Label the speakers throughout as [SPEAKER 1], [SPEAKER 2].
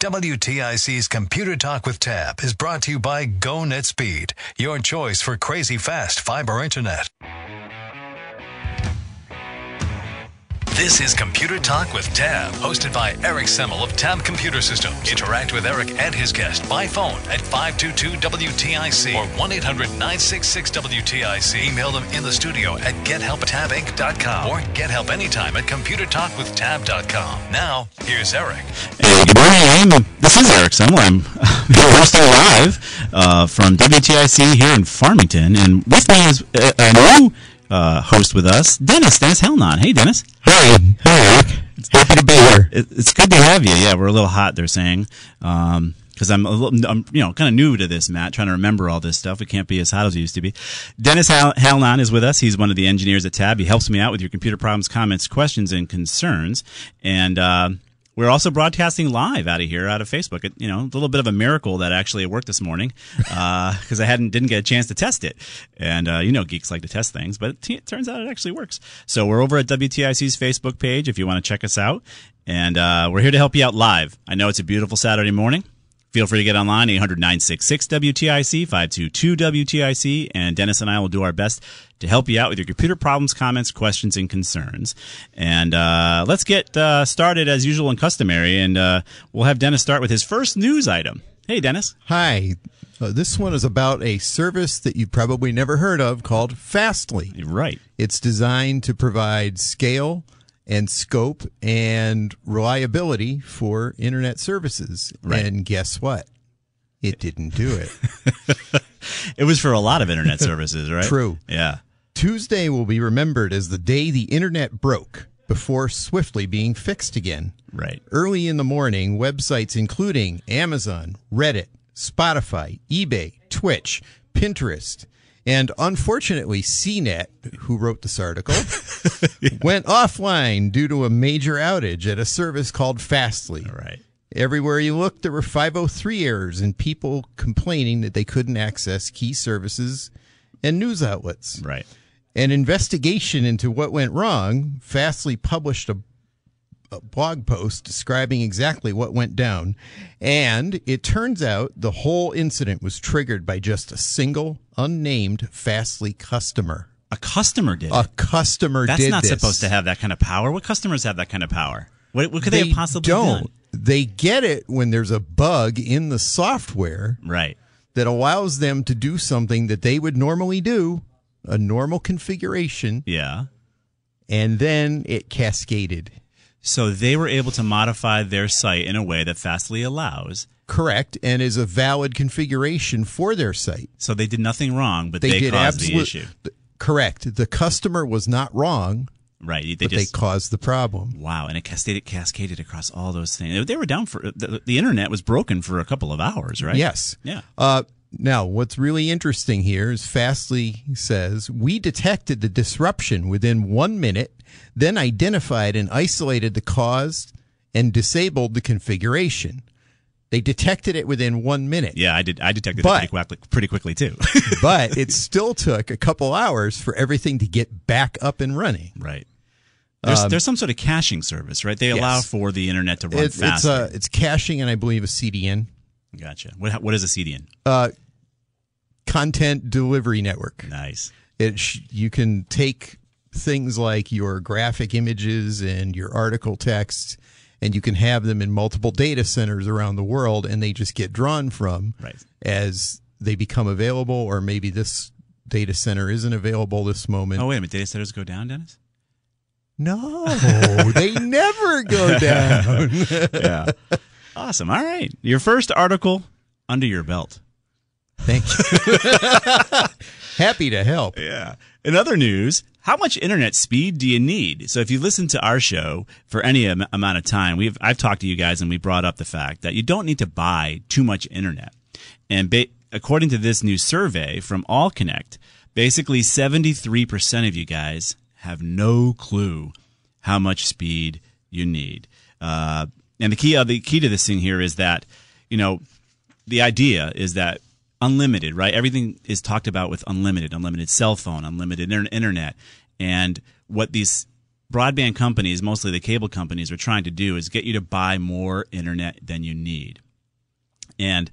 [SPEAKER 1] WTIC's Computer Talk with Tab is brought to you by GoNet Speed, your choice for crazy fast fiber internet. This is Computer Talk with Tab, hosted by Eric Semmel of Tab Computer Systems. Interact with Eric and his guest by phone at 522-WTIC or 1-800-966-WTIC. Email them in the studio at gethelptabinc.com or get help anytime at computertalkwithtab.com. Now, here's Eric.
[SPEAKER 2] Hey, good morning. I'm, this is Eric Semmel. I'm, we're still live uh, from WTIC here in Farmington. And with me is a, a new uh, host with us, Dennis, Dennis Hellnon. Hey, Dennis.
[SPEAKER 3] Hi, hi, Eric. Happy to be here.
[SPEAKER 2] It, it's good to have you. Yeah, we're a little hot, they're saying. Um, because I'm, a little, I'm, you know, kind of new to this, Matt, trying to remember all this stuff. We can't be as hot as we used to be. Dennis Hal- Halnon is with us. He's one of the engineers at Tab. He helps me out with your computer problems, comments, questions, and concerns. And uh, we're also broadcasting live out of here, out of Facebook. It, you know, a little bit of a miracle that actually it worked this morning because uh, I hadn't didn't get a chance to test it. And uh, you know, geeks like to test things, but it, t- it turns out it actually works. So we're over at WTIC's Facebook page if you want to check us out. And uh, we're here to help you out live. I know it's a beautiful Saturday morning. Feel free to get online, 800 966 WTIC, 522 WTIC, and Dennis and I will do our best to help you out with your computer problems, comments, questions, and concerns. And uh, let's get uh, started as usual and customary, and uh, we'll have Dennis start with his first news item. Hey, Dennis.
[SPEAKER 3] Hi. Uh, this one is about a service that you've probably never heard of called Fastly.
[SPEAKER 2] You're right.
[SPEAKER 3] It's designed to provide scale and scope and reliability for internet services.
[SPEAKER 2] Right.
[SPEAKER 3] And guess what? It didn't do it.
[SPEAKER 2] It was for a lot of internet services, right?
[SPEAKER 3] True.
[SPEAKER 2] Yeah.
[SPEAKER 3] Tuesday will be remembered as the day the internet broke before swiftly being fixed again.
[SPEAKER 2] Right.
[SPEAKER 3] Early in the morning, websites including Amazon, Reddit, Spotify, eBay, Twitch, Pinterest, and unfortunately CNET, who wrote this article, went offline due to a major outage at a service called Fastly.
[SPEAKER 2] Right.
[SPEAKER 3] Everywhere you looked, there were 503 errors and people complaining that they couldn't access key services and news outlets.
[SPEAKER 2] Right.
[SPEAKER 3] An investigation into what went wrong, Fastly published a, a blog post describing exactly what went down. And it turns out the whole incident was triggered by just a single unnamed Fastly customer.
[SPEAKER 2] A customer did.
[SPEAKER 3] A
[SPEAKER 2] it.
[SPEAKER 3] customer
[SPEAKER 2] That's
[SPEAKER 3] did
[SPEAKER 2] not
[SPEAKER 3] this.
[SPEAKER 2] supposed to have that kind of power. What customers have that kind of power? What, what could
[SPEAKER 3] They
[SPEAKER 2] they, have possibly
[SPEAKER 3] don't.
[SPEAKER 2] done?
[SPEAKER 3] They get it when there's a bug in the software
[SPEAKER 2] Right.
[SPEAKER 3] that allows them to do something that they would normally do, a normal configuration,
[SPEAKER 2] Yeah.
[SPEAKER 3] and then it cascaded.
[SPEAKER 2] So they were able to modify their site in a way that Fastly allows.
[SPEAKER 3] correct and is a valid configuration for their site.
[SPEAKER 2] So they did nothing wrong, but
[SPEAKER 3] They,
[SPEAKER 2] they,
[SPEAKER 3] did
[SPEAKER 2] caused the
[SPEAKER 3] absolute-
[SPEAKER 2] issue.
[SPEAKER 3] th- Correct. The customer was not wrong,
[SPEAKER 2] Right. They
[SPEAKER 3] but
[SPEAKER 2] just
[SPEAKER 3] they caused the problem.
[SPEAKER 2] wow, and it cascaded, cascaded across all those things. They were down for the, the internet was broken for a couple of hours, right?
[SPEAKER 3] Yes.
[SPEAKER 2] Yeah.
[SPEAKER 3] Uh, now, what's really interesting here is Fastly says we detected the disruption within one minute, then identified and isolated the cause and disabled the configuration. They detected it within one minute.
[SPEAKER 2] Yeah, I did. I detected
[SPEAKER 3] But-
[SPEAKER 2] it pretty quickly, pretty quickly too.
[SPEAKER 3] But it still took a couple hours for everything to get back up and running. Um,
[SPEAKER 2] right. There's, there's some sort of caching service, right? They allow
[SPEAKER 3] yes.
[SPEAKER 2] for the internet to run
[SPEAKER 3] It's it's,
[SPEAKER 2] faster.
[SPEAKER 3] uh, it's caching and I believe a CDN
[SPEAKER 2] gotcha. What, what is a CDN?
[SPEAKER 3] Uh, content delivery network.
[SPEAKER 2] Nice.
[SPEAKER 3] It sh- you can take things like your graphic images and your article text and you can have them in multiple data centers around the world, and they just get drawn from
[SPEAKER 2] Right.
[SPEAKER 3] as they become available, or maybe this data center isn't available this moment.
[SPEAKER 2] Oh wait a minute, data centers go down, Dennis.
[SPEAKER 3] No, they never go down.
[SPEAKER 2] Yeah. awesome. All right, your first article under your belt.
[SPEAKER 3] Thank you. Happy to help.
[SPEAKER 2] Yeah. In other news, how much internet speed do you need? So if you listen to our show for any am- amount of time, we've I've talked to you guys and we brought up the fact that you don't need to buy too much internet. And ba- according to this new survey from All Connect, basically 73% of you guys have no clue how much speed you need. Uh, and the key uh, the key to this thing here is that you know the idea is that unlimited, right? Everything is talked about with unlimited, unlimited cell phone, unlimited inter- internet. And what these broadband companies, mostly the cable companies, are trying to do is get you to buy more internet than you need. And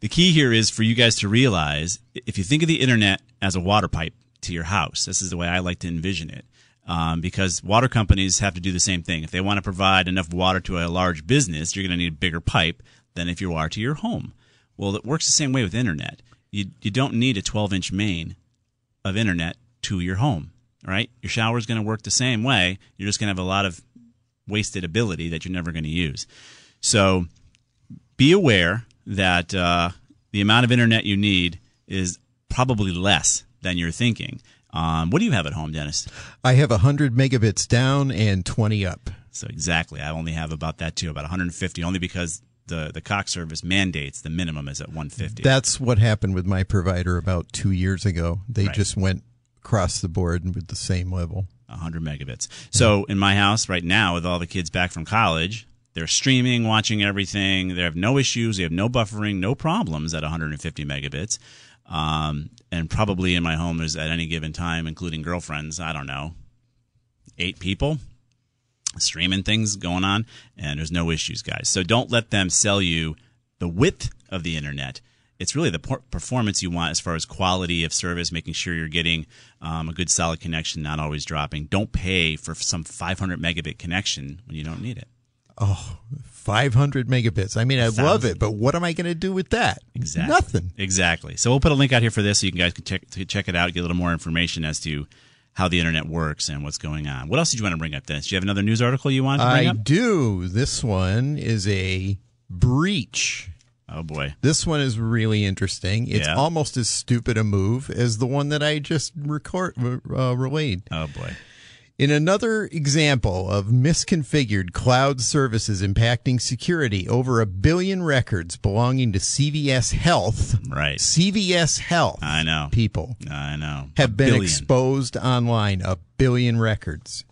[SPEAKER 2] the key here is for you guys to realize if you think of the internet as a water pipe to your house, this is the way I like to envision it. Um, because water companies have to do the same thing. If they want to provide enough water to a large business, you're going to need a bigger pipe than if you are to your home. Well, it works the same way with internet. You, you don't need a 12 inch main of internet to your home, all right? Your shower is going to work the same way. You're just going to have a lot of wasted ability that you're never going to use. So, be aware that uh, the amount of internet you need is probably less than you're thinking. Um, what do you have at home, Dennis?
[SPEAKER 3] I have 100 megabits down and 20 up.
[SPEAKER 2] So exactly, I only have about that too, about 150, only because the the Cox service mandates the minimum is at 150.
[SPEAKER 3] That's what happened with my provider about two years ago. They
[SPEAKER 2] Right.
[SPEAKER 3] just went across the board with the same level.
[SPEAKER 2] 100 megabits. So in my house right now, with all the kids back from college, they're streaming, watching everything. They have no issues. They have no buffering, no problems at 150 megabits. Um, and probably in my home, there's at any given time, including girlfriends, I don't know, eight people streaming things going on, and there's no issues, guys. So don't let them sell you the width of the internet. It's really the por- performance you want as far as quality of service, making sure you're getting um, a good solid connection, not always dropping. Don't pay for some 500 megabit connection when you don't need it.
[SPEAKER 3] 500 megabits. I mean, I love
[SPEAKER 2] Thousand.
[SPEAKER 3] it, but what am I going to do with that?
[SPEAKER 2] Exactly.
[SPEAKER 3] Nothing.
[SPEAKER 2] Exactly. So we'll put a link out here for this so you can guys can check to check it out, get a little more information as to how the internet works and what's going on. What else did you want to bring up, Dennis? Do you have another news article you wanted to bring
[SPEAKER 3] I
[SPEAKER 2] up?
[SPEAKER 3] do. This one is a breach.
[SPEAKER 2] Oh boy.
[SPEAKER 3] This one is really interesting. It's
[SPEAKER 2] Yeah.
[SPEAKER 3] almost as stupid a move as the one that I just record uh, relayed.
[SPEAKER 2] Oh boy.
[SPEAKER 3] In another example of misconfigured cloud services impacting security, over a billion records belonging to CVS Health,
[SPEAKER 2] Right.
[SPEAKER 3] CVS Health,
[SPEAKER 2] I know.
[SPEAKER 3] people
[SPEAKER 2] I know. A
[SPEAKER 3] have been
[SPEAKER 2] billion.
[SPEAKER 3] exposed online. A billion records.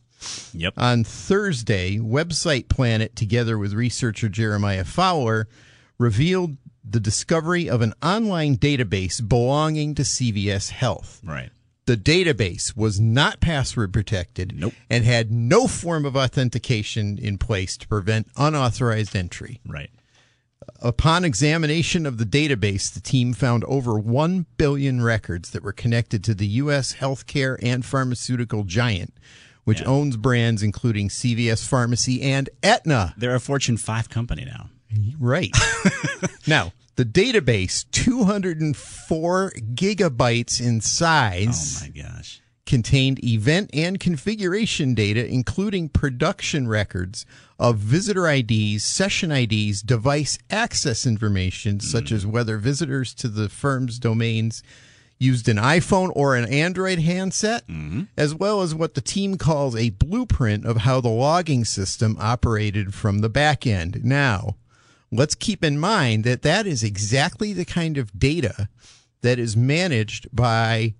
[SPEAKER 2] Yep.
[SPEAKER 3] On Thursday, Website Planet, together with researcher Jeremiah Fowler, revealed the discovery of an online database belonging to CVS Health.
[SPEAKER 2] right.
[SPEAKER 3] The database was not password protected
[SPEAKER 2] Nope.
[SPEAKER 3] and had no form of authentication in place to prevent unauthorized entry.
[SPEAKER 2] Right.
[SPEAKER 3] Upon examination of the database, the team found over 1 billion records that were connected to the U.S. healthcare and pharmaceutical giant, which owns brands including CVS Pharmacy and Aetna.
[SPEAKER 2] They're a Fortune 5 company now.
[SPEAKER 3] Right. now, the database, 204 gigabytes in
[SPEAKER 2] Oh
[SPEAKER 3] size,
[SPEAKER 2] my gosh.
[SPEAKER 3] contained event and configuration data, including production records of visitor IDs, session IDs, device access information, such as whether visitors to the firm's domains used an iPhone or an Android handset, as well as what the team calls a blueprint of how the logging system operated from the back end. Now, let's keep in mind that that is exactly the kind of data that is managed by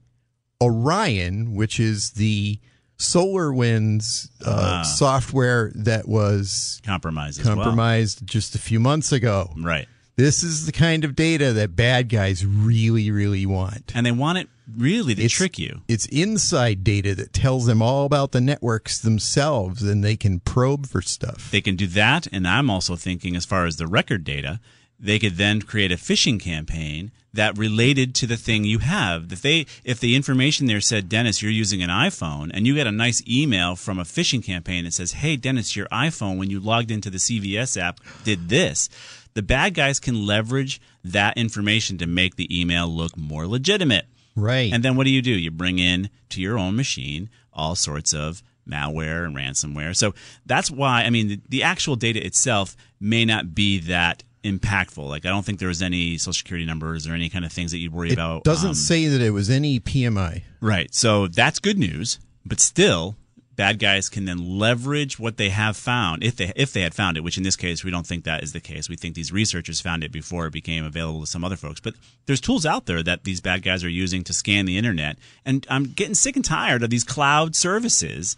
[SPEAKER 3] Orion, which is the solar winds uh, software that was
[SPEAKER 2] Compromise as well.
[SPEAKER 3] compromised just a few months ago.
[SPEAKER 2] Right.
[SPEAKER 3] This is the kind of data that bad guys really, really want.
[SPEAKER 2] And they want it really to
[SPEAKER 3] It's-
[SPEAKER 2] trick you.
[SPEAKER 3] It's inside data that tells them all about the networks themselves and they can probe for stuff.
[SPEAKER 2] They can do that. And I'm also thinking, as far as the record data, they could then create a phishing campaign that related to the thing you have. If they if the information there said Dennis, you're using an iPhone, and you get a nice email from a phishing campaign that says, "Hey Dennis, your iPhone when you logged into the CVS app did this." The bad guys can leverage that information to make the email look more legitimate.
[SPEAKER 3] Right.
[SPEAKER 2] And then what do you do? You bring in to your own machine all sorts of malware and ransomware. So that's why, I mean, the, the actual data itself may not be that impactful. Like, I don't think there was any social security numbers or any kind of things that you'd worry
[SPEAKER 3] it
[SPEAKER 2] about.
[SPEAKER 3] doesn't
[SPEAKER 2] um,
[SPEAKER 3] say that it was any PMI.
[SPEAKER 2] Right. So that's good news, but still bad guys can then leverage what they have found if they if they had found it, which in this case we don't think that is the case. We think these researchers found it before it became available to some other folks. But there's tools out there that these bad guys are using to scan the internet. And I'm getting sick and tired of these cloud services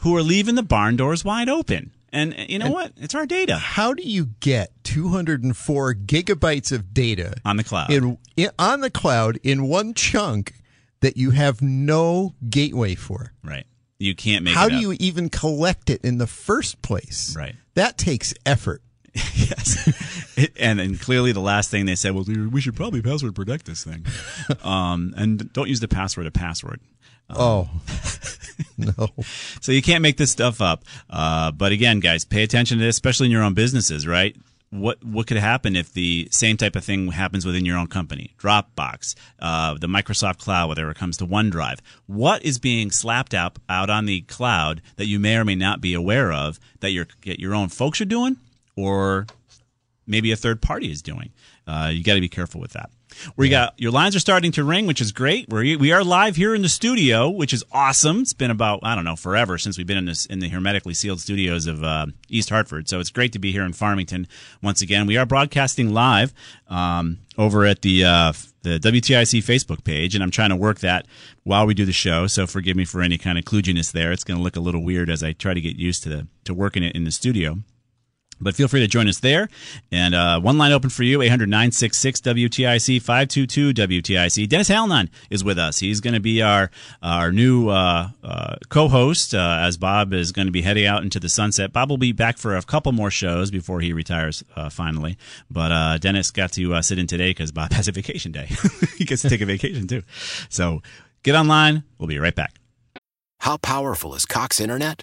[SPEAKER 2] who are leaving the barn doors wide open. And uh, you know what? It's our data
[SPEAKER 3] How do you get 204 gigabytes of data
[SPEAKER 2] on the cloud.
[SPEAKER 3] in, in on the cloud in one chunk that you have no gateway for?
[SPEAKER 2] right. You can't make
[SPEAKER 3] How
[SPEAKER 2] it
[SPEAKER 3] do
[SPEAKER 2] up.
[SPEAKER 3] you even collect it in the first place?
[SPEAKER 2] Right.
[SPEAKER 3] That takes effort.
[SPEAKER 2] yes. It, and then clearly the last thing they said was, we should probably password protect this thing. um, and don't use the password, a password. Um,
[SPEAKER 3] Oh. no.
[SPEAKER 2] So you can't make this stuff up. Uh, but again, guys, pay attention to this, especially in your own businesses, right? What what could happen if the same type of thing happens within your own company? Dropbox, uh, the Microsoft Cloud, whether it comes to OneDrive, what is being slapped out out on the cloud that you may or may not be aware of that your that your own folks are doing or maybe a third party is doing. Uh, you got to be careful with that. We got your lines are starting to ring, which is great. We're, we are live here in the studio, which is awesome. It's been about I don't know forever since we've been in this in the hermetically sealed studios of uh, East Hartford. So it's great to be here in Farmington once again. We are broadcasting live um, over at the uh, the WTIC Facebook page, and I'm trying to work that while we do the show. So forgive me for any kind of kludginess there. It's going to look a little weird as I try to get used to the, to working it in the studio. But feel free to join us there. And uh, one line open for you 800 966 WTIC 522 WTIC. Dennis Halnan is with us. He's going to be our our new uh, uh, co host uh, as Bob is going to be heading out into the sunset. Bob will be back for a couple more shows before he retires uh, finally. But uh, Dennis got to uh, sit in today because Bob has a vacation day. he gets to take a vacation too. So get online. We'll be right back.
[SPEAKER 4] How powerful is Cox Internet?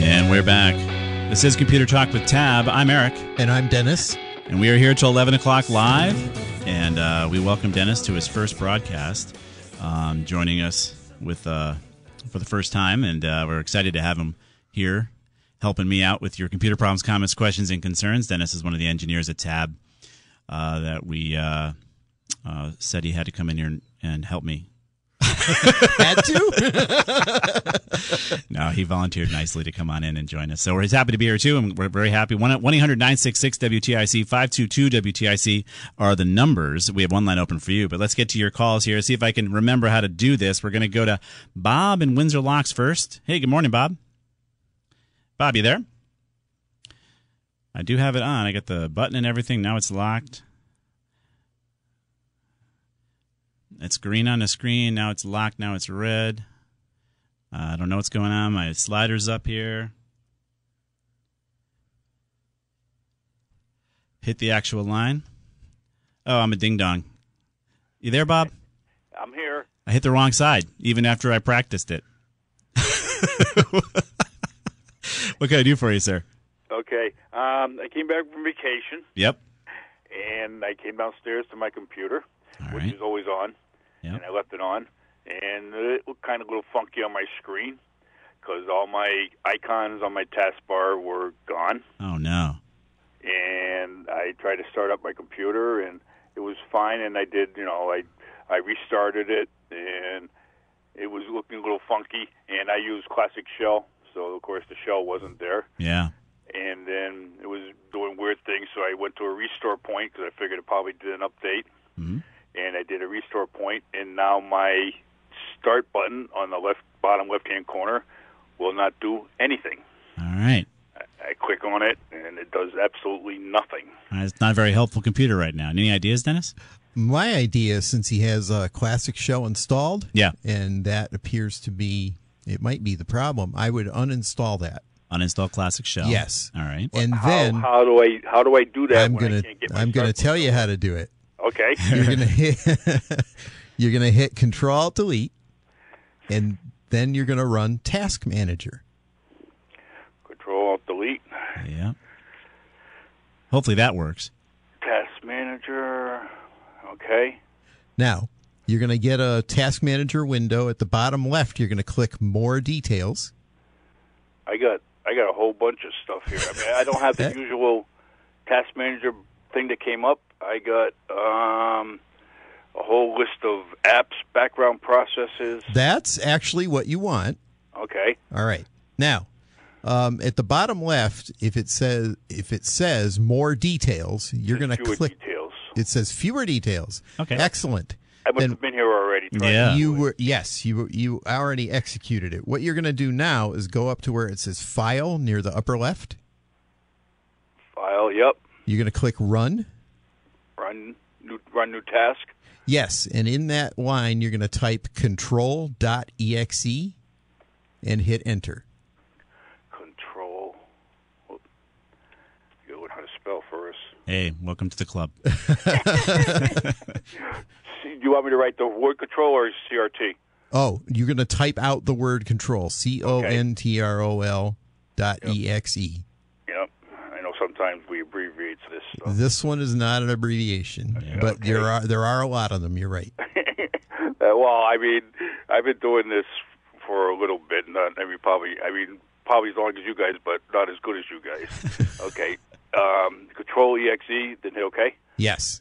[SPEAKER 2] And we're back. This is Computer Talk with Tab. I'm Eric.
[SPEAKER 3] And I'm Dennis.
[SPEAKER 2] And we are here till 11 o'clock live. And uh, we welcome Dennis to his first broadcast, um, joining us with uh, for the first time. And uh, we're excited to have him here helping me out with your computer problems, comments, questions, and concerns. Dennis is one of the engineers at Tab uh, that we uh, uh, said he had to come in here and, and help me.
[SPEAKER 3] Had to?
[SPEAKER 2] No, he volunteered nicely to come on in and join us. So we're he's happy to be here too, and we're very happy. 1 800 966 WTIC 522 WTIC are the numbers. We have one line open for you, but let's get to your calls here. See if I can remember how to do this. We're going to go to Bob and Windsor Locks first. Hey, good morning, Bob. Bob, you there? I do have it on. I got the button and everything. Now it's locked. It's green on the screen. Now it's locked. Now it's red. Uh, I don't know what's going on. My slider's up here. Hit the actual line. Oh, I'm a ding dong. You there, Bob?
[SPEAKER 5] I'm here.
[SPEAKER 2] I hit the wrong side, even after I practiced it. What can I do for you, sir?
[SPEAKER 5] Okay. Um, I came back from vacation
[SPEAKER 2] Yep.
[SPEAKER 5] and I came downstairs to my computer,
[SPEAKER 2] All
[SPEAKER 5] which
[SPEAKER 2] right.
[SPEAKER 5] is always on,
[SPEAKER 2] Yep.
[SPEAKER 5] and I left it on, and it looked kind of a little funky on my screen because all my icons on my taskbar were gone.
[SPEAKER 2] Oh no.
[SPEAKER 5] and I tried to start up my computer, and it was fine. And I did, you know, I I restarted it, and it was looking a little funky. And I used Classic Shell, so of course the shell wasn't there.
[SPEAKER 2] Yeah.
[SPEAKER 5] And then it was doing weird things, so I went to a restore point because I figured it probably did an update. And I did a restore point, and now my start button on the left bottom left hand corner will not do anything.
[SPEAKER 2] All right.
[SPEAKER 5] I click on it, and it does absolutely nothing.
[SPEAKER 2] All right, It's not a very helpful computer right now. Any ideas, Dennis?
[SPEAKER 3] My idea, since he has a classic shell installed,
[SPEAKER 2] Yeah.
[SPEAKER 3] and that appears to be it might be the problem. I would uninstall that,
[SPEAKER 2] Uninstall Classic Shell.
[SPEAKER 3] Yes.
[SPEAKER 2] All right.
[SPEAKER 3] and
[SPEAKER 5] how,
[SPEAKER 3] then
[SPEAKER 5] how do I how do I do that?
[SPEAKER 3] I'm
[SPEAKER 5] when I
[SPEAKER 3] gonna
[SPEAKER 5] can't get my
[SPEAKER 3] I'm gonna
[SPEAKER 5] start
[SPEAKER 3] tell you how to do it.
[SPEAKER 5] button? Okay.
[SPEAKER 3] You're gonna hit you're gonna hit Control Delete, and then you're gonna run Task Manager.
[SPEAKER 5] Control Alt Delete.
[SPEAKER 2] Yeah. Hopefully that works.
[SPEAKER 5] Task Manager. Okay.
[SPEAKER 3] Now, you're going to get a task manager window at the bottom left. You're going to click more details.
[SPEAKER 5] I got I got a whole bunch of stuff here. I mean, I don't have the
[SPEAKER 3] That-
[SPEAKER 5] usual Task Manager thing that came up. I got um, a whole list of apps, background processes.
[SPEAKER 3] That's actually what you want.
[SPEAKER 5] Okay.
[SPEAKER 3] All right. Now, um, at the bottom left, if it says if it says more details, you're going to
[SPEAKER 5] Fewer
[SPEAKER 3] click.
[SPEAKER 5] details.
[SPEAKER 3] It says fewer details.
[SPEAKER 2] Okay.
[SPEAKER 3] Excellent.
[SPEAKER 5] I must
[SPEAKER 3] Then-
[SPEAKER 5] have been here already. right?
[SPEAKER 2] Yeah.
[SPEAKER 3] You were yes, you were- you already executed it. What you're going to do now is go up to where it says file near the upper left.
[SPEAKER 5] File. Yep.
[SPEAKER 3] You're going to click run.
[SPEAKER 5] Run new run new task.
[SPEAKER 3] Yes, and in that line, you're going to type control.exe and hit enter.
[SPEAKER 5] Control. Whoop. You gotta learn how to spell first.
[SPEAKER 2] Hey, welcome to the club.
[SPEAKER 5] See, do you want me to write the word control or CRT?
[SPEAKER 3] Oh, you're going to type out the word control, C O N T R O L dot E EXE.
[SPEAKER 5] Yep. I know sometimes we abbreviate this stuff.
[SPEAKER 3] This one is not an abbreviation, but there are there are a lot of them. You're right.
[SPEAKER 5] Uh, well, I mean, I've been doing this for a little bit. Not, I mean, probably, I mean, probably as long as you guys, but not as good as you guys. okay. Um, control EXE, then hit OK.
[SPEAKER 3] Yes.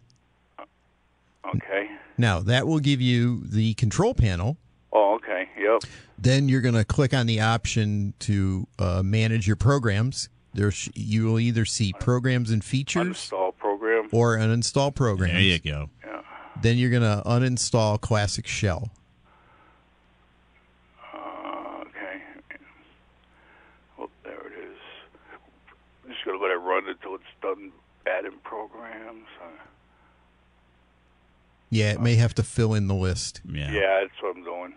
[SPEAKER 5] Okay.
[SPEAKER 3] Now that will give you the control panel.
[SPEAKER 5] Oh, okay. Yep.
[SPEAKER 3] Then you're going to click on the option to uh, manage your programs. There sh- you will either see programs and features
[SPEAKER 5] Uninstall program.
[SPEAKER 3] or uninstall programs.
[SPEAKER 2] There you go.
[SPEAKER 3] Then you're going to uninstall Classic Shell.
[SPEAKER 5] Uh, okay. Well, there it is. I'm just gonna let it run until it's done adding programs. Uh,
[SPEAKER 3] Yeah, it may have to fill in the list.
[SPEAKER 2] Yeah.
[SPEAKER 5] Yeah, that's what I'm doing.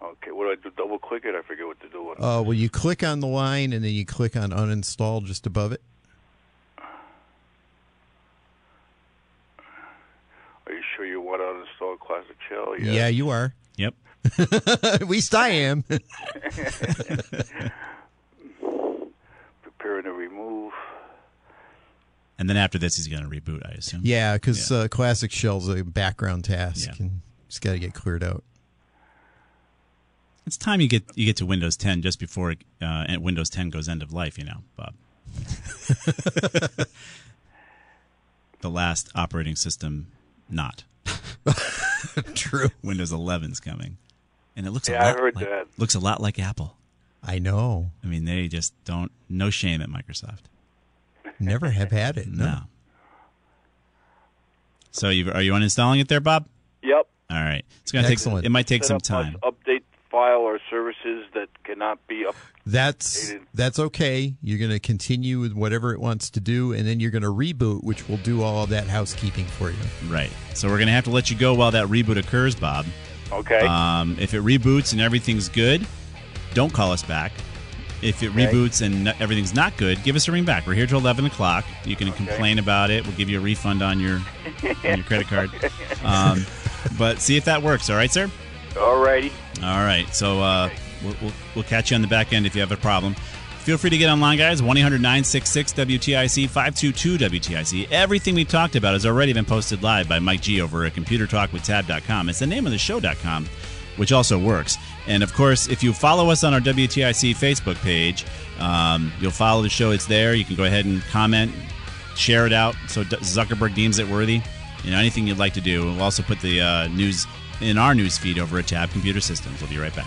[SPEAKER 5] Okay, what do I do? Double click it? I forget what to do.
[SPEAKER 3] Uh, well, you click on the line and then you click on uninstall just above it.
[SPEAKER 5] Are you sure you want to uninstall Classic Shell?
[SPEAKER 3] Yeah, you are.
[SPEAKER 2] Yep.
[SPEAKER 3] At least I am.
[SPEAKER 5] Preparing to remove.
[SPEAKER 2] And then after this, he's going to reboot, I assume.
[SPEAKER 3] yeah, because Uh, Classic Shell's a background task
[SPEAKER 2] Yeah.
[SPEAKER 3] and it's got to get cleared out.
[SPEAKER 2] It's time you get you get to Windows 10 just before uh, and Windows 10 goes end of life. You know, Bob. the last operating system, not
[SPEAKER 3] True.
[SPEAKER 2] Windows 11's coming, and it looks.
[SPEAKER 5] Yeah,
[SPEAKER 2] a
[SPEAKER 5] I
[SPEAKER 2] lot
[SPEAKER 5] heard
[SPEAKER 2] like,
[SPEAKER 5] that.
[SPEAKER 2] Looks a lot like Apple.
[SPEAKER 3] I know.
[SPEAKER 2] I mean, they just don't no shame at Microsoft.
[SPEAKER 3] Never have had it.
[SPEAKER 2] No.
[SPEAKER 3] No.
[SPEAKER 2] So you are you uninstalling it there, Bob?
[SPEAKER 5] Yep.
[SPEAKER 2] All right. It's gonna take.
[SPEAKER 3] Excellent.
[SPEAKER 2] It might take
[SPEAKER 5] Set
[SPEAKER 2] some
[SPEAKER 5] up must
[SPEAKER 2] time.
[SPEAKER 5] Update file or services that cannot be up.
[SPEAKER 3] That's that's okay. You're going to continue with whatever it wants to do, and then you're going to reboot, which will do all of that housekeeping for you.
[SPEAKER 2] Right. So we're gonna have to let you go while that reboot occurs, Bob.
[SPEAKER 5] Okay.
[SPEAKER 2] Um, if it reboots and everything's good, don't call us back. If it reboots and no- everything's not good, give us a ring back. We're here till eleven o'clock. You can complain about it. We'll give you a refund on your on your credit card. Um, but see if that works. All right, sir.
[SPEAKER 5] All righty.
[SPEAKER 2] All right. So uh, we'll, we'll, we'll catch you on the back end if you have a problem. Feel free to get online, guys. 1 800 966 WTIC 522 WTIC. Everything we've talked about has already been posted live by Mike G over at ComputerTalkWithTab.com. It's the name of the show.com, which also works. And of course, if you follow us on our WTIC Facebook page, um, you'll follow the show. It's there. You can go ahead and comment, share it out so D- Zuckerberg deems it worthy. You know, anything you'd like to do. We'll also put the uh, news in our news feed over at Tab Computer Systems. We'll be right back.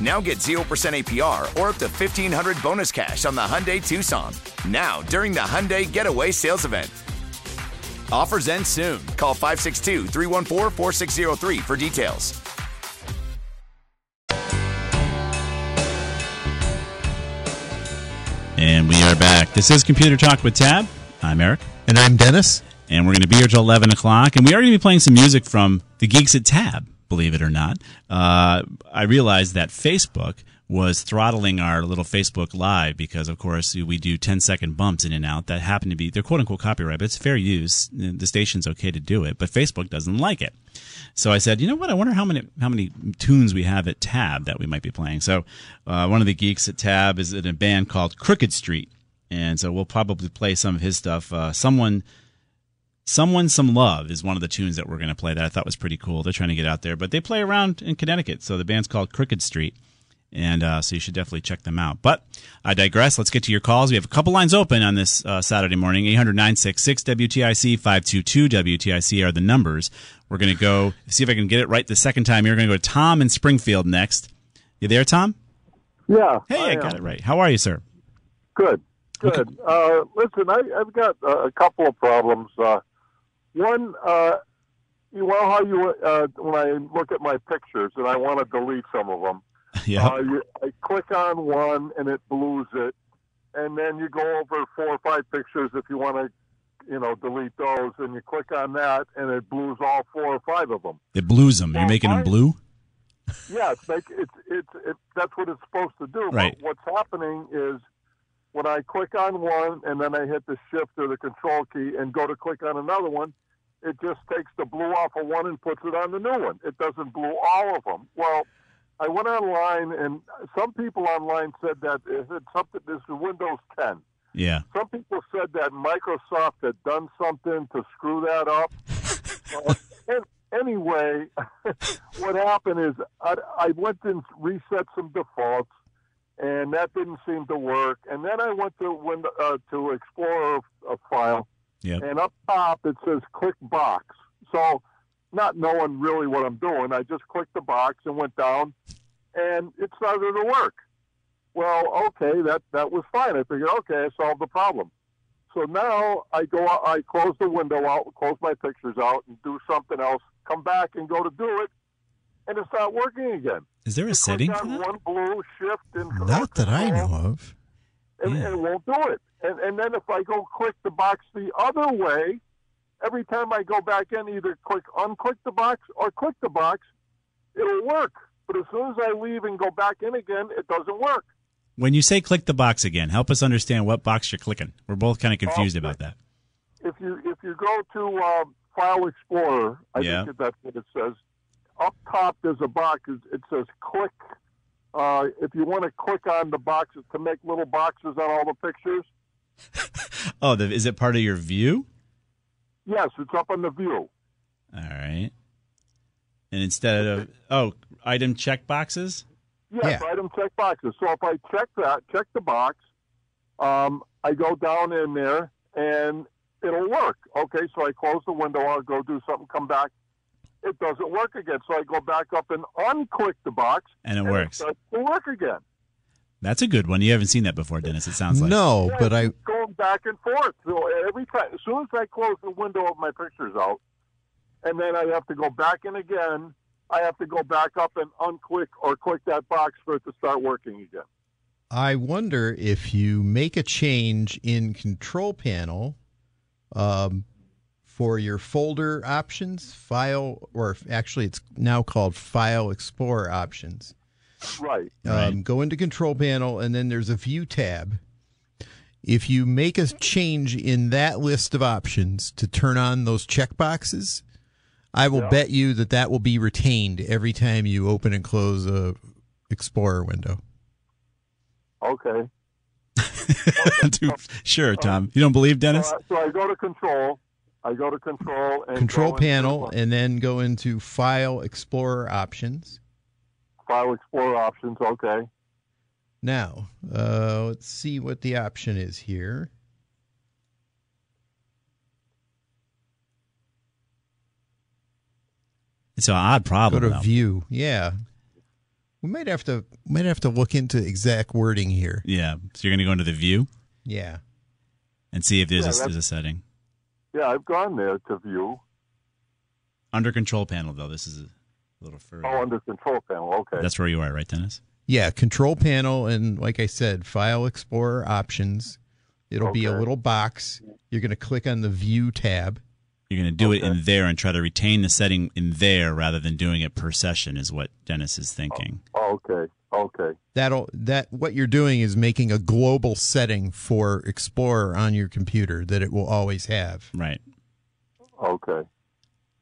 [SPEAKER 6] Now get 0% APR or up to 1500 bonus cash on the Hyundai Tucson. Now, during the Hyundai Getaway Sales Event. Offers end soon. Call 562 314 4603 for details.
[SPEAKER 2] And we are back. This is Computer Talk with Tab. I'm Eric.
[SPEAKER 3] And I'm Dennis.
[SPEAKER 2] and we're going to be here till 11 o'clock. And we are going to be playing some music from the Geeks at Tab, believe it or not. Uh, I realized that Facebook was throttling our little Facebook Live because, of course, we do 10 second bumps in and out. That happened to be, they're quote unquote copyright, but it's fair use. The station's okay to do it, but Facebook doesn't like it. So I said, you know what? I wonder how many how many tunes we have at Tab that we might be playing. So uh, one of the geeks at Tab is in a band called Crooked Street, and so we'll probably play some of his stuff. Uh, someone Someone Some Love is one of the tunes that we're going to play that I thought was pretty cool. They're trying to get out there, but they play around in Connecticut. So the band's called Crooked Street. And uh, so you should definitely check them out. But I digress. Let's get to your calls. We have a couple lines open on this uh, Saturday morning. 800 WTIC, 522 WTIC are the numbers. We're going to go see if I can get it right the second time. You're going to go to Tom in Springfield next. You there, Tom?
[SPEAKER 7] Yeah.
[SPEAKER 2] Hey, I, got it right. How are you, sir?
[SPEAKER 7] Good. Good. Uh, listen, I, I've got uh, a couple of problems. Uh, one, uh, you know how you uh, when I look at my pictures and I want to delete some of them.
[SPEAKER 2] yeah.
[SPEAKER 7] Uh, you, I click on one and it blues it, and then you go over four or five pictures if you want to, you know, delete those, and you click on that and it blues all four or five of them.
[SPEAKER 2] the blues them. You're making them blue?
[SPEAKER 7] Yeah, it's like it's it's it, that's what it's supposed to do.
[SPEAKER 2] Right.
[SPEAKER 7] But what's happening is when I click on one and then I hit the shift or the control key and go to click on another one, it just takes the blue off of one and puts it on the new one. It doesn't blue all of them. Well, I went online and some people online said that it had something. This is Windows 10.
[SPEAKER 2] Yeah.
[SPEAKER 7] Some people said that Microsoft had done something to screw that up. So, and anyway, what happened is I, I went and reset some defaults, and that didn't seem to work. And then I went to window, uh, to Explorer a file,
[SPEAKER 2] Yep.
[SPEAKER 7] and up top it says click box. So, not knowing really what I'm doing, I just clicked the box and went down, and it started to work. Well, okay, that that was fine. I figured, okay, I solved the problem. So now I go, out, I close the window out, close my pictures out, and do something else. Come back and go to do it, and it's not working again.
[SPEAKER 2] Is there a
[SPEAKER 7] Click
[SPEAKER 2] setting for
[SPEAKER 7] on
[SPEAKER 2] that?
[SPEAKER 7] one blue shift and
[SPEAKER 3] Not that I know of.
[SPEAKER 7] and,
[SPEAKER 2] Yeah.
[SPEAKER 7] and it won't do it. And and then if I go click the box the other way, every time I go back in, either click unclick the box or click the box, it'll work. But as soon as I leave and go back in again, it doesn't work.
[SPEAKER 2] When you say click the box again, help us understand what box you're clicking. We're both kind of confused
[SPEAKER 7] Oh,
[SPEAKER 2] about that.
[SPEAKER 7] if you if you go to uh, File Explorer, I
[SPEAKER 2] Yeah.
[SPEAKER 7] think that's what it says. Up top, there's a box. It it says click. Uh, if you want to click on the boxes to make little boxes on all the pictures,
[SPEAKER 2] Oh, the, is it part of your view?
[SPEAKER 7] yes, it's up on the view.
[SPEAKER 2] All right. And instead of oh, item check boxes.
[SPEAKER 7] Yes, item check boxes. So if I check that, check the box, um, I go down in there and it'll work. Okay, so I close the window, I'll go do something, come back. It doesn't work again. So I go back up and unclick the box.
[SPEAKER 2] And it works.
[SPEAKER 7] It starts to work again.
[SPEAKER 2] That's a good one. You haven't seen that before, Dennis. It sounds like
[SPEAKER 3] No,
[SPEAKER 7] Yeah,
[SPEAKER 3] but I
[SPEAKER 7] it's going back and forth. So every time, as soon as I close the window of my pictures out, and then I have to go back in again. I have to go back up and unclick or click that box for it to start working again.
[SPEAKER 3] I wonder if you make a change in Control Panel um, for your folder options, file, or f- actually, it's now called File Explorer options.
[SPEAKER 7] Right.
[SPEAKER 3] Um, go into Control Panel, and then there's a View tab. If you make a change in that list of options to turn on those checkboxes, I will
[SPEAKER 7] Yeah.
[SPEAKER 3] bet you that that will be retained every time you open and close a Explorer window.
[SPEAKER 7] Okay.
[SPEAKER 2] Dude,
[SPEAKER 7] Oh,
[SPEAKER 2] sure, Tom. You don't believe Dennis?
[SPEAKER 7] So I, so I go to control. I go to control and
[SPEAKER 3] control
[SPEAKER 7] go into
[SPEAKER 3] panel and then go into file explorer options
[SPEAKER 7] file explorer options. Okay.
[SPEAKER 3] now uh, let's see what the option is here
[SPEAKER 2] It's an odd problem.
[SPEAKER 3] go to
[SPEAKER 2] though.
[SPEAKER 3] view yeah we might have to might have to look into exact wording here
[SPEAKER 2] Yeah. So you're going to go into the view
[SPEAKER 3] yeah
[SPEAKER 2] and see if there's,
[SPEAKER 7] Yeah,
[SPEAKER 2] a,
[SPEAKER 7] that's-
[SPEAKER 2] there's a setting
[SPEAKER 7] Yeah, I've gone there to view.
[SPEAKER 2] under control panel though. This is a little further.
[SPEAKER 7] Oh, under control panel. Okay.
[SPEAKER 2] That's where you are, right, Dennis?
[SPEAKER 3] yeah control panel and like i said file explorer options it'll be a
[SPEAKER 7] Okay.
[SPEAKER 3] little box you're going to click on the view tab
[SPEAKER 2] You're going to do it
[SPEAKER 7] Okay.
[SPEAKER 2] in there and try to retain the setting in there rather than doing it per session, is what Dennis is thinking.
[SPEAKER 7] Oh, okay. Okay.
[SPEAKER 3] that'll that what you're doing is making a global setting for explorer on your computer that it will always have
[SPEAKER 2] Right.
[SPEAKER 7] Okay.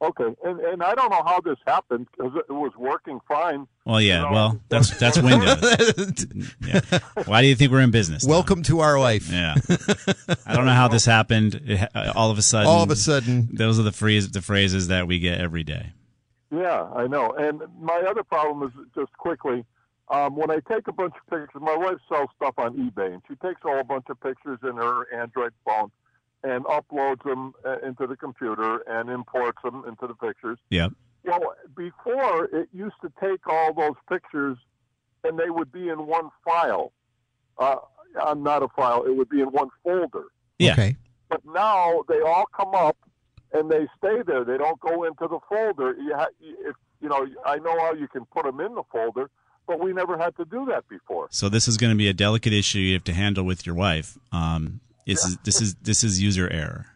[SPEAKER 7] Okay. And and I don't know how this happened because it was working fine.
[SPEAKER 2] Well, yeah.
[SPEAKER 7] No.
[SPEAKER 2] Well, that's that's Windows. yeah. Why do you think we're in business? Tom?
[SPEAKER 3] Welcome to our life.
[SPEAKER 2] Yeah. I don't know how this happened. It, ha- all of a sudden.
[SPEAKER 3] All of a sudden,
[SPEAKER 2] Those are the phrase the phrases that we get every day.
[SPEAKER 7] Yeah, I know. And my other problem is just quickly. Um, when I take a bunch of pictures, my wife sells stuff on eBay, and she takes a whole bunch of pictures in her Android phone and uploads them uh, into the computer and imports them into the pictures.
[SPEAKER 2] Yep.
[SPEAKER 7] Well, before it used to take all those pictures, and they would be in one file. Uh, uh, not a file; it would be in one folder.
[SPEAKER 2] Yeah.
[SPEAKER 3] okay.
[SPEAKER 7] But now they all come up and they stay there. They don't go into the folder. You ha- if you know, I know how you can put them in the folder, but we never had to do that before.
[SPEAKER 2] So this is going to be a delicate issue you have to handle with your wife. Um, this is this is this is user error.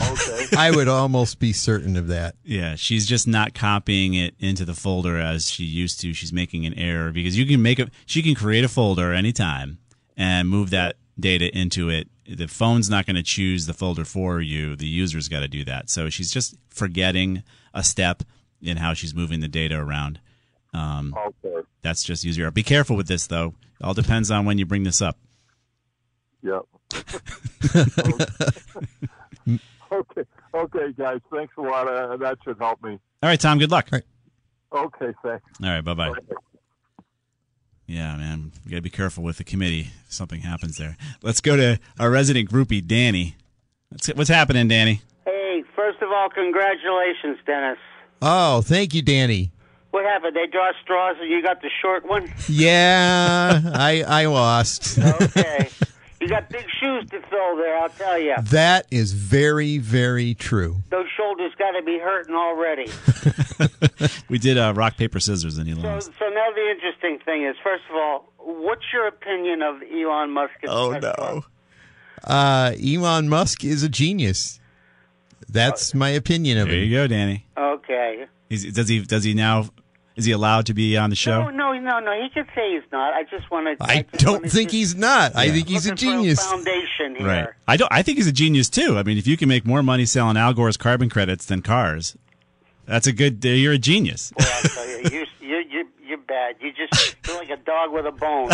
[SPEAKER 7] Okay.
[SPEAKER 3] I would almost be certain of that.
[SPEAKER 2] Yeah, she's just not copying it into the folder as she used to. She's making an error because you can make a she can create a folder anytime and move that data into it. The phone's not going to choose the folder for you. The user's got to do that. So she's just forgetting a step in how she's moving the data around. Um,
[SPEAKER 7] okay.
[SPEAKER 2] that's just user error. Be careful with this though. It all depends on when you bring this up.
[SPEAKER 7] Yep. okay. Okay, guys. Thanks a lot. Uh, that should help me.
[SPEAKER 2] All right, Tom. Good luck.
[SPEAKER 3] All right.
[SPEAKER 7] Okay. Thanks.
[SPEAKER 2] All right. Bye bye.
[SPEAKER 7] Okay.
[SPEAKER 2] Yeah, man. You gotta be careful with the committee. If something happens there. Let's go to our resident groupie, Danny. Let's, what's happening, Danny?
[SPEAKER 8] Hey, first of all, congratulations, Dennis.
[SPEAKER 3] Oh, thank you, Danny.
[SPEAKER 8] What happened? They draw straws and you got the short one?
[SPEAKER 3] Yeah, I I lost.
[SPEAKER 8] Okay. you got big shoes to fill there, I'll tell you.
[SPEAKER 3] That is very very true.
[SPEAKER 8] Those shoulders got to be hurting already.
[SPEAKER 2] We did uh, rock paper scissors, and he
[SPEAKER 8] So,
[SPEAKER 2] lost.
[SPEAKER 8] so now the interesting thing is, first of all, what's your opinion of Elon Musk? and Tesla?
[SPEAKER 3] Uh, Elon Musk is a genius.
[SPEAKER 8] Uh,
[SPEAKER 3] That's my opinion of
[SPEAKER 2] There you
[SPEAKER 3] it.
[SPEAKER 2] go, Danny.
[SPEAKER 8] Okay.
[SPEAKER 2] He's, does he? Does he now? Is he allowed to be on the show?
[SPEAKER 8] No, no, no, no. He could say he's not. I just want to.
[SPEAKER 2] I don't think he's
[SPEAKER 3] not.
[SPEAKER 2] I think
[SPEAKER 3] he's
[SPEAKER 2] a
[SPEAKER 8] genius. foundation here.
[SPEAKER 2] Right. I don't. I think he's a genius too. I mean, if you can make more money selling Al Gore's carbon credits than cars, that's a good. You're a genius.
[SPEAKER 8] Boy, I'll tell you, you're, you're, you're, you're bad. You just you're like a dog with a bone.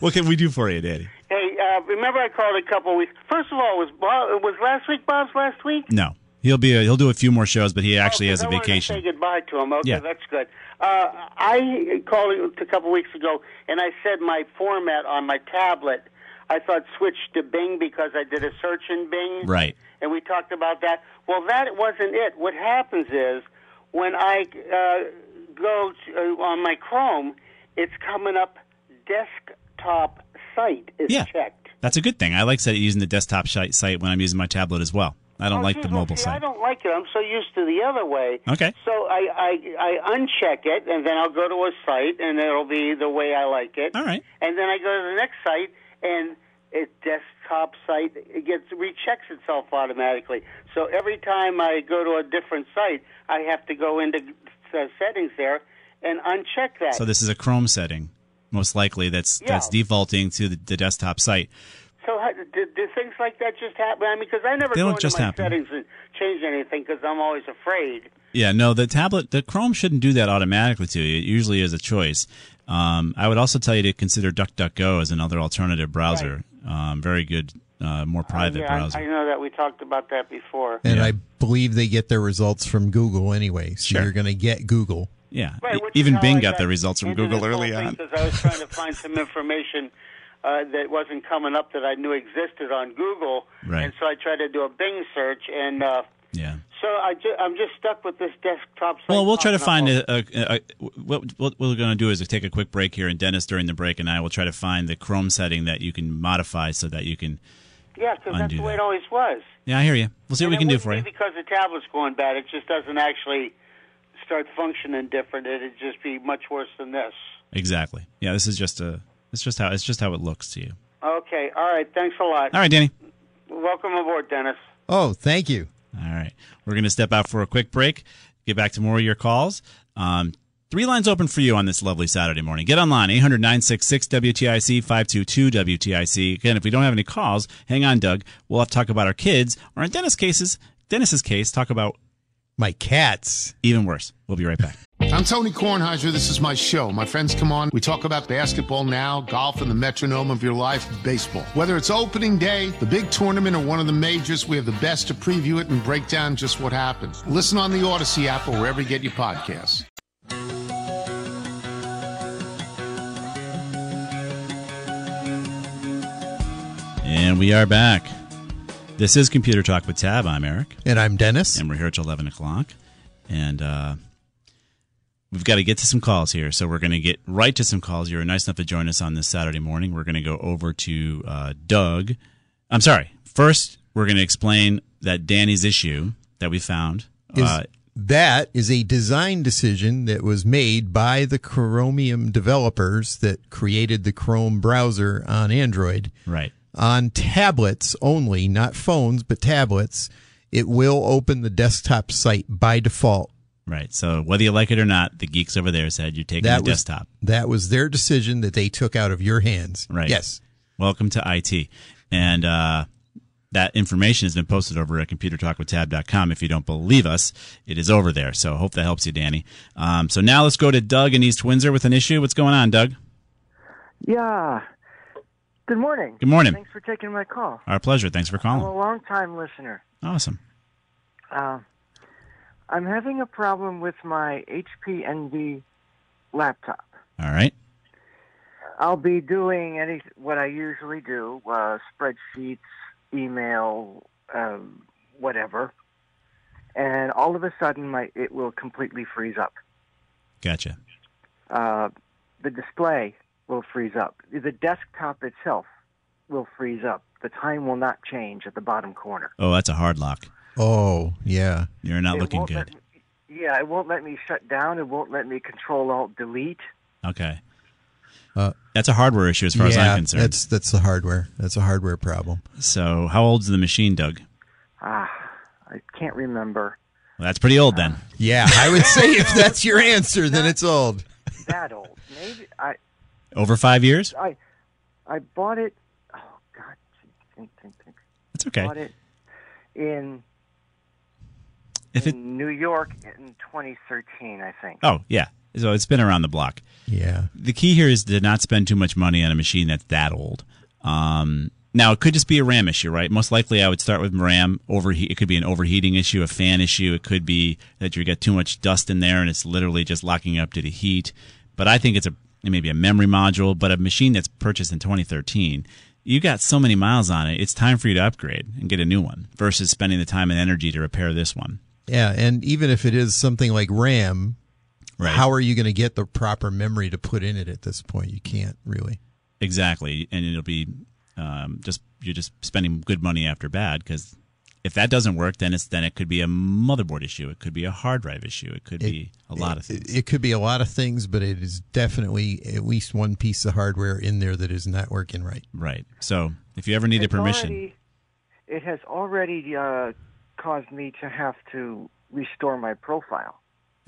[SPEAKER 2] what can we do for you, Daddy?
[SPEAKER 8] hey, uh, remember I called a couple weeks. First of all, was Bob, was last week Bob's last week?
[SPEAKER 2] No, he'll be. A, he'll do a few more shows, but he actually has a
[SPEAKER 8] Oh, I wanted to
[SPEAKER 2] vacation.
[SPEAKER 8] Say goodbye to him. Okay,
[SPEAKER 2] Yeah.
[SPEAKER 8] that's good. Uh, I called a couple weeks ago, and I said my format on my tablet. I thought switch to Bing because I did a search in Bing.
[SPEAKER 2] Right.
[SPEAKER 8] And we talked about that. Well, that wasn't it. What happens is when I uh, go to, uh, on my Chrome, it's coming up desktop site is
[SPEAKER 2] Yeah.
[SPEAKER 8] checked.
[SPEAKER 2] That's a good thing. I like set- using the desktop shi- site when I'm using my tablet as well. I don't like the mobile
[SPEAKER 8] Oh, See, I
[SPEAKER 2] site.
[SPEAKER 8] don't like it. I'm so used to the other way.
[SPEAKER 2] Okay.
[SPEAKER 8] So I, I I uncheck it, and then I'll go to a site, and it'll be the way I like it.
[SPEAKER 2] All right.
[SPEAKER 8] And then I go to the next site, and it desktop site it gets rechecks itself automatically. So every time I go to a different site, I have to go into uh, settings there and uncheck that.
[SPEAKER 2] So this is a Chrome setting, most likely. That's
[SPEAKER 8] Yeah.
[SPEAKER 2] that's defaulting to the, the desktop site.
[SPEAKER 8] So how, do, do things like that just happen? I mean, because I never
[SPEAKER 2] They
[SPEAKER 8] go
[SPEAKER 2] don't
[SPEAKER 8] into
[SPEAKER 2] just
[SPEAKER 8] my
[SPEAKER 2] happen.
[SPEAKER 8] settings and change anything because I'm always afraid.
[SPEAKER 2] Yeah, no, the tablet, the Chrome shouldn't do that automatically to you. It usually is a choice. Um, I would also tell you to consider DuckDuckGo as another alternative browser. Um, very good, uh, more private
[SPEAKER 8] yeah, I-
[SPEAKER 2] browser.
[SPEAKER 8] I know that we talked about that before.
[SPEAKER 3] And I believe they get their results from Google anyway. So
[SPEAKER 2] Sure.
[SPEAKER 3] you're going to get Google.
[SPEAKER 2] yeah,
[SPEAKER 8] Right,
[SPEAKER 2] E-
[SPEAKER 8] which is
[SPEAKER 2] even
[SPEAKER 8] how
[SPEAKER 2] Bing
[SPEAKER 8] I
[SPEAKER 2] got
[SPEAKER 8] got
[SPEAKER 2] their results from Google early on.
[SPEAKER 8] because I was trying to find some information uh, that wasn't coming up that I knew existed on Google,
[SPEAKER 2] Right.
[SPEAKER 8] and so I tried to do a Bing search, and uh,
[SPEAKER 2] Yeah.
[SPEAKER 8] so I ju- I'm just stuck with this desktop. Site
[SPEAKER 2] Well, we'll try to
[SPEAKER 8] popping
[SPEAKER 2] find
[SPEAKER 8] up.
[SPEAKER 2] a, a, a, what, what we're going to do is take a quick break here, and Dennis during the break and I will try to find the Chrome setting that you can modify so that you can.
[SPEAKER 8] Yeah, because that's
[SPEAKER 2] undo
[SPEAKER 8] the way it
[SPEAKER 2] that.
[SPEAKER 8] always was.
[SPEAKER 2] Yeah, I hear you. We'll see what we can do for you.
[SPEAKER 8] Maybe because the tablet's going bad, it just doesn't actually start functioning different. It'd just be much worse than this.
[SPEAKER 2] Exactly. Yeah, this is just a. It's just how it's just how it looks to you.
[SPEAKER 8] Okay, all right. Thanks a lot.
[SPEAKER 2] All right, Danny.
[SPEAKER 8] Welcome aboard, Dennis.
[SPEAKER 3] Oh, thank you.
[SPEAKER 2] All right. We're going to step out for a quick break, get back to more of your calls. Um, three lines open for you on this lovely Saturday morning. Get online, 800 966 WTIC 522 WTIC. Again, if we don't have any calls, hang on, Doug. We'll have to talk about our kids, or in Dennis' cases, Dennis's case, talk about
[SPEAKER 3] my cats.
[SPEAKER 2] Even worse. We'll be right back.
[SPEAKER 9] I'm Tony Kornheiser. This is my show. My friends come on. We talk about basketball now, golf, and the metronome of your life, baseball. Whether it's opening day, the big tournament, or one of the majors, we have the best to preview it and break down just what happened. Listen on the Odyssey app or wherever you get your podcasts.
[SPEAKER 2] And we are back. This is Computer Talk with Tab. I'm Eric.
[SPEAKER 3] And I'm Dennis.
[SPEAKER 2] And we're here till 11 o'clock. And uh, we've got to get to some calls here. So we're going to get right to some calls. You were nice enough to join us on this Saturday morning. We're going to go over to uh, Doug. I'm sorry. First, we're going to explain that Danny's issue that we found.
[SPEAKER 3] Is-
[SPEAKER 2] uh,
[SPEAKER 3] that is a design decision that was made by the Chromium developers that created the Chrome browser on Android.
[SPEAKER 2] Right.
[SPEAKER 3] On tablets only, not phones, but tablets, it will open the desktop site by default.
[SPEAKER 2] right. So whether you like it or not, the geeks over there said you're taking the
[SPEAKER 3] was,
[SPEAKER 2] desktop.
[SPEAKER 3] That was their decision that they took out of your hands.
[SPEAKER 2] Right.
[SPEAKER 3] Yes.
[SPEAKER 2] Welcome to IT. And uh, that information has been posted over at computertalkwithtab.com. If you don't believe us, it is over there. So hope that helps you, Danny. Um, so now let's go to Doug in East Windsor with an issue. What's going on, Doug?
[SPEAKER 10] Yeah. Good morning.
[SPEAKER 2] Good morning.
[SPEAKER 10] Thanks for taking my call.
[SPEAKER 2] Our pleasure. Thanks for
[SPEAKER 10] I'm
[SPEAKER 2] calling.
[SPEAKER 10] a long time listener.
[SPEAKER 2] Awesome.
[SPEAKER 10] Uh, I'm having a problem with my HP NV laptop.
[SPEAKER 2] All right.
[SPEAKER 10] I'll be doing any what I usually do: uh, spreadsheets, email, um, whatever. And all of a sudden, my it will completely freeze up.
[SPEAKER 2] Gotcha.
[SPEAKER 10] Uh, the display will freeze up. The desktop itself will freeze up. The time will not change at the bottom corner.
[SPEAKER 2] Oh, that's a hard lock.
[SPEAKER 3] Oh, yeah.
[SPEAKER 2] You're not
[SPEAKER 10] It
[SPEAKER 2] looking
[SPEAKER 10] won't
[SPEAKER 2] good.
[SPEAKER 10] let me- yeah, it won't let me shut down. It won't let me control alt delete.
[SPEAKER 2] okay.
[SPEAKER 3] Uh,
[SPEAKER 2] that's a hardware issue as far as
[SPEAKER 3] Yeah,
[SPEAKER 2] I'm concerned.
[SPEAKER 3] That's that's the hardware. That's a hardware problem.
[SPEAKER 2] So how old's the machine, Doug?
[SPEAKER 10] Ah, I can't remember.
[SPEAKER 2] that's pretty old then.
[SPEAKER 3] Yeah, I would say if that's your answer, then it's old.
[SPEAKER 10] that old. Maybe I.
[SPEAKER 2] Over five years?
[SPEAKER 10] I, I bought it. Oh God, think, think, think.
[SPEAKER 2] That's okay.
[SPEAKER 10] Bought it in
[SPEAKER 2] If it,
[SPEAKER 10] New York in 2013, I think.
[SPEAKER 2] oh yeah, so it's been around the block.
[SPEAKER 3] Yeah.
[SPEAKER 2] The key here is to not spend too much money on a machine that's that old. Um, now it could just be a RAM issue, right? Most likely, I would start with RAM. Overheat. It could be an overheating issue, a fan issue. It could be that you get too much dust in there and it's literally just locking up to the heat. But I think it's a maybe a memory module, but a machine that's purchased in 2013. You got so many miles on it. It's time for you to upgrade and get a new one versus spending the time and energy to repair this one.
[SPEAKER 3] Yeah, and even if it is something like RAM,
[SPEAKER 2] Right.
[SPEAKER 3] how are you going to get the proper memory to put in it at this point? You can't really.
[SPEAKER 2] Exactly, and it'll be um, just you're just spending good money after bad because if that doesn't work, then it's then it could be a motherboard issue, it could be a hard drive issue, it could be a lot of things.
[SPEAKER 3] It, it could be a lot of things, but it is definitely at least one piece of hardware in there that is not working right.
[SPEAKER 2] Right. So if you ever need a
[SPEAKER 10] It's
[SPEAKER 2] permission,
[SPEAKER 10] already- it has already uh, caused me to have to restore my profile.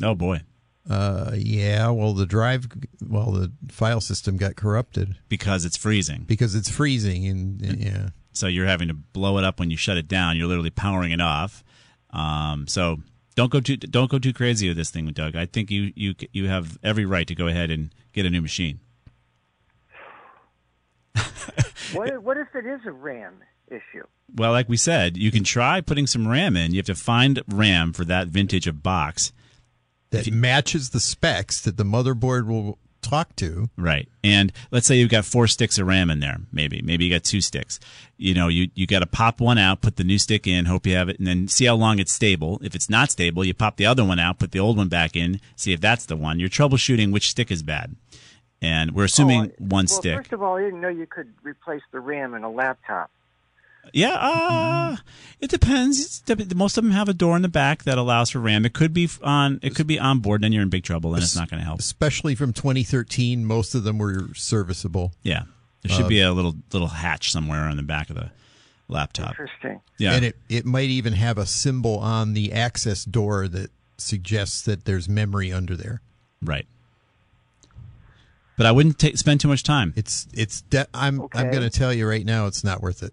[SPEAKER 2] oh boy,
[SPEAKER 3] Uh, yeah. Well, the drive, well, the file system got corrupted
[SPEAKER 2] because it's freezing,
[SPEAKER 3] because it's freezing, and yeah,
[SPEAKER 2] so you're having to blow it up when you shut it down. You're literally powering it off. Um, so don't go too don't go too crazy with this thing, Doug. I think you you you have every right to go ahead and get a new machine.
[SPEAKER 10] What, what if it is a RAM issue?
[SPEAKER 2] Well, like we said, you can try putting some RAM in. You have to find RAM for that vintage of box.
[SPEAKER 3] that matches the specs that the motherboard will talk to.
[SPEAKER 2] Right. And let's say you've got four sticks of RAM in there, maybe. Maybe you got two sticks. You know, you, you got to pop one out, put the new stick in, hope you have it, and then see how long it's stable. If it's not stable, you pop the other one out, put the old one back in, see if that's the one. You're troubleshooting which stick is bad. And we're assuming one
[SPEAKER 10] well,
[SPEAKER 2] stick.
[SPEAKER 10] first of all, I didn't know you could replace the RAM in a laptop.
[SPEAKER 2] Yeah, uh, it depends. It's dep- most of them have a door in the back that allows for RAM. It could be f- on. It could be on board, and then you're in big trouble, and it's not going to help.
[SPEAKER 3] Especially from 2013, most of them were serviceable.
[SPEAKER 2] Yeah, there should
[SPEAKER 3] Uh,
[SPEAKER 2] be a little little hatch somewhere on the back of the laptop.
[SPEAKER 10] Interesting.
[SPEAKER 2] Yeah,
[SPEAKER 3] And it, it might even have a symbol on the access door that suggests that there's memory under there.
[SPEAKER 2] right. But I wouldn't ta spend too much time.
[SPEAKER 3] It's it's de- I'm I'm
[SPEAKER 10] Okay.
[SPEAKER 3] going to tell you right now it's not worth it.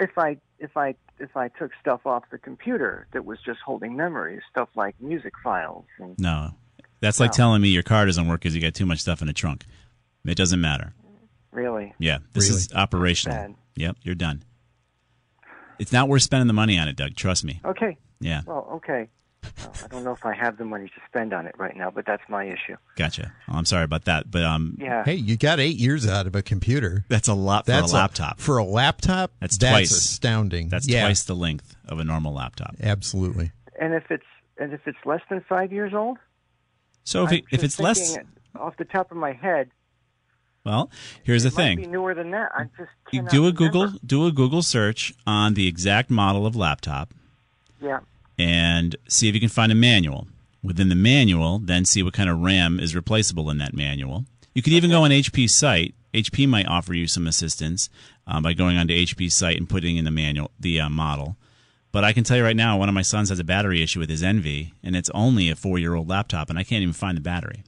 [SPEAKER 10] If I if I if I took stuff off the computer that was just holding memory, stuff like music files and
[SPEAKER 2] No, that's like
[SPEAKER 10] No.
[SPEAKER 2] telling me your car doesn't work because you got too much stuff in the trunk. It doesn't matter.
[SPEAKER 10] really.
[SPEAKER 2] Yeah, this is operational.
[SPEAKER 10] Bad.
[SPEAKER 2] Yep, you're done. It's not worth spending the money on it, Doug. Trust me.
[SPEAKER 10] Okay.
[SPEAKER 2] Yeah,
[SPEAKER 10] Well, okay. Well, I don't know if I have the money to spend on it right now, but that's my issue.
[SPEAKER 2] gotcha. Oh, I'm sorry about that, but um,
[SPEAKER 10] Yeah.
[SPEAKER 3] Hey, you got 8 years out of a computer.
[SPEAKER 2] that's a lot for
[SPEAKER 3] That's
[SPEAKER 2] a laptop.
[SPEAKER 3] for a laptop,
[SPEAKER 2] that's,
[SPEAKER 3] that's
[SPEAKER 2] twice
[SPEAKER 3] astounding.
[SPEAKER 2] That's
[SPEAKER 3] Yeah.
[SPEAKER 2] twice the length of a normal laptop.
[SPEAKER 3] Absolutely.
[SPEAKER 10] And if it's and if it's less than five years old,
[SPEAKER 2] So if,
[SPEAKER 10] I'm
[SPEAKER 2] it, if
[SPEAKER 10] just
[SPEAKER 2] it's less,
[SPEAKER 10] thinking off the top of my head,
[SPEAKER 2] well, here's the
[SPEAKER 10] it might
[SPEAKER 2] thing.
[SPEAKER 10] be newer than that. I just
[SPEAKER 2] you
[SPEAKER 10] cannot
[SPEAKER 2] do a
[SPEAKER 10] remember.
[SPEAKER 2] Google do a Google search on the exact model of laptop
[SPEAKER 10] Yeah.
[SPEAKER 2] and see if you can find a manual. Within the manual, then see what kind of RAM is replaceable in that manual. You could even go on HP's site. HP might offer you some assistance um, by going onto HP's site and putting in the manual the uh, model. But I can tell you right now, one of my sons has a battery issue with his Envy, and it's only a four-year-old laptop, and I can't even find the battery.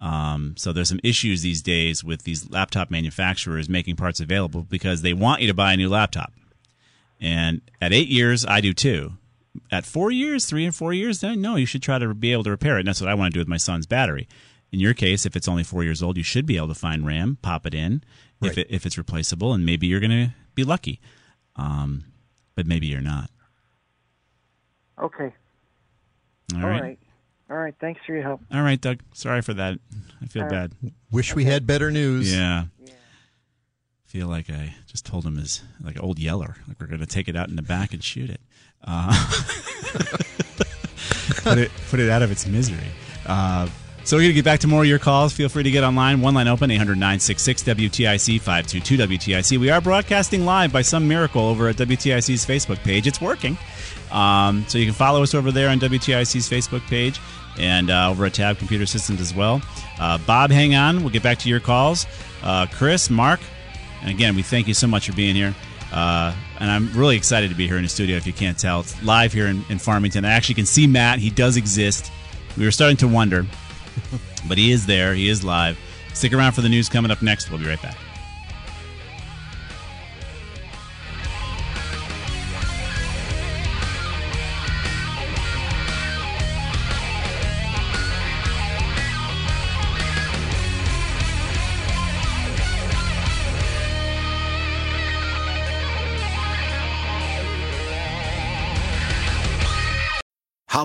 [SPEAKER 2] Um, so there's some issues these days with these laptop manufacturers making parts available because they want you to buy a new laptop. And at eight years, I do too. At four years, three and four years, then no, you should try to be able to repair it. And that's what I want to do with my son's battery. In your case, if it's only four years old, you should be able to find RAM, pop it in, if
[SPEAKER 3] Right.
[SPEAKER 2] it, if it's replaceable, and maybe you're going to be lucky. Um, but maybe you're not.
[SPEAKER 10] Okay.
[SPEAKER 2] All right.
[SPEAKER 10] All right. Thanks for your help.
[SPEAKER 2] All right, Doug. Sorry for that. I feel
[SPEAKER 10] All
[SPEAKER 2] bad.
[SPEAKER 10] right.
[SPEAKER 3] Wish we had better news.
[SPEAKER 2] Yeah. Feel like I just told him his like old yeller. Like we're gonna take it out in the back and shoot it. Uh, put it put it out of its misery. Uh, so we're gonna get back to more of your calls. Feel free to get online. One line open 800 WTIC five two two WTIC. We are broadcasting live by some miracle over at WTIC's Facebook page. It's working. Um, so you can follow us over there on WTIC's Facebook page and uh, over at Tab Computer Systems as well. Uh, Bob, hang on. We'll get back to your calls. Uh, Chris, Mark, and again, we thank you so much for being here. Uh, and I'm really excited to be here in the studio. If you can't tell, it's live here in, in Farmington. I actually can see Matt. He does exist. We were starting to wonder, but he is there. He is live. Stick around for the news coming up next. We'll be right back.
[SPEAKER 4] How